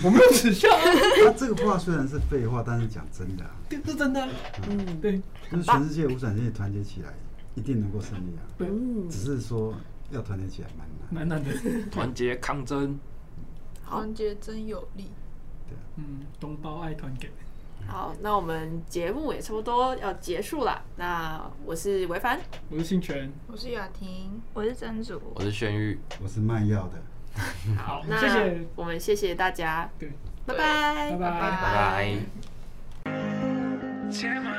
[SPEAKER 2] 我没有耻笑啊，
[SPEAKER 6] 他这个话虽然是废话，但是讲真的啊，
[SPEAKER 2] 这是真的啊。嗯，对
[SPEAKER 6] 就是全世界无产阶级团结起来，一定能够胜利啊！
[SPEAKER 2] 对，
[SPEAKER 6] 只是说要团结起来蛮
[SPEAKER 2] 蛮
[SPEAKER 6] 难。
[SPEAKER 2] 难的。
[SPEAKER 5] 团结抗争，
[SPEAKER 1] 好
[SPEAKER 3] 团结真有力。
[SPEAKER 2] 嗯，同胞爱团结。
[SPEAKER 1] 好，那我们节目也差不多要结束了。那我是维凡，
[SPEAKER 2] 我是信全，
[SPEAKER 3] 我是雅婷，
[SPEAKER 4] 我是真主，
[SPEAKER 5] 我是轩玉，
[SPEAKER 6] 我是卖药的。
[SPEAKER 2] 好，
[SPEAKER 1] 那
[SPEAKER 2] 谢谢，
[SPEAKER 1] 我们谢谢大家，
[SPEAKER 2] 对，
[SPEAKER 1] 拜拜
[SPEAKER 2] 拜。拜。
[SPEAKER 5] 拜拜。
[SPEAKER 7] Damn